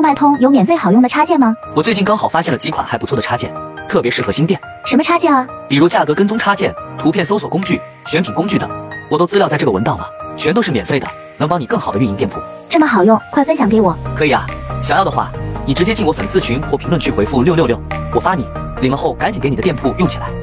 脉通有免费好用的插件吗？我最近刚好发现了几款还不错的插件，特别适合新店，什么插件啊？比如价格跟踪插件、图片搜索工具、选品工具等，我都资料在这个文档了，全都是免费的，能帮你更好的运营店铺。这么好用，快分享给我。可以啊，想要的话，你直接进我粉丝群或评论区回复六六六，我发你，领了后赶紧给你的店铺用起来。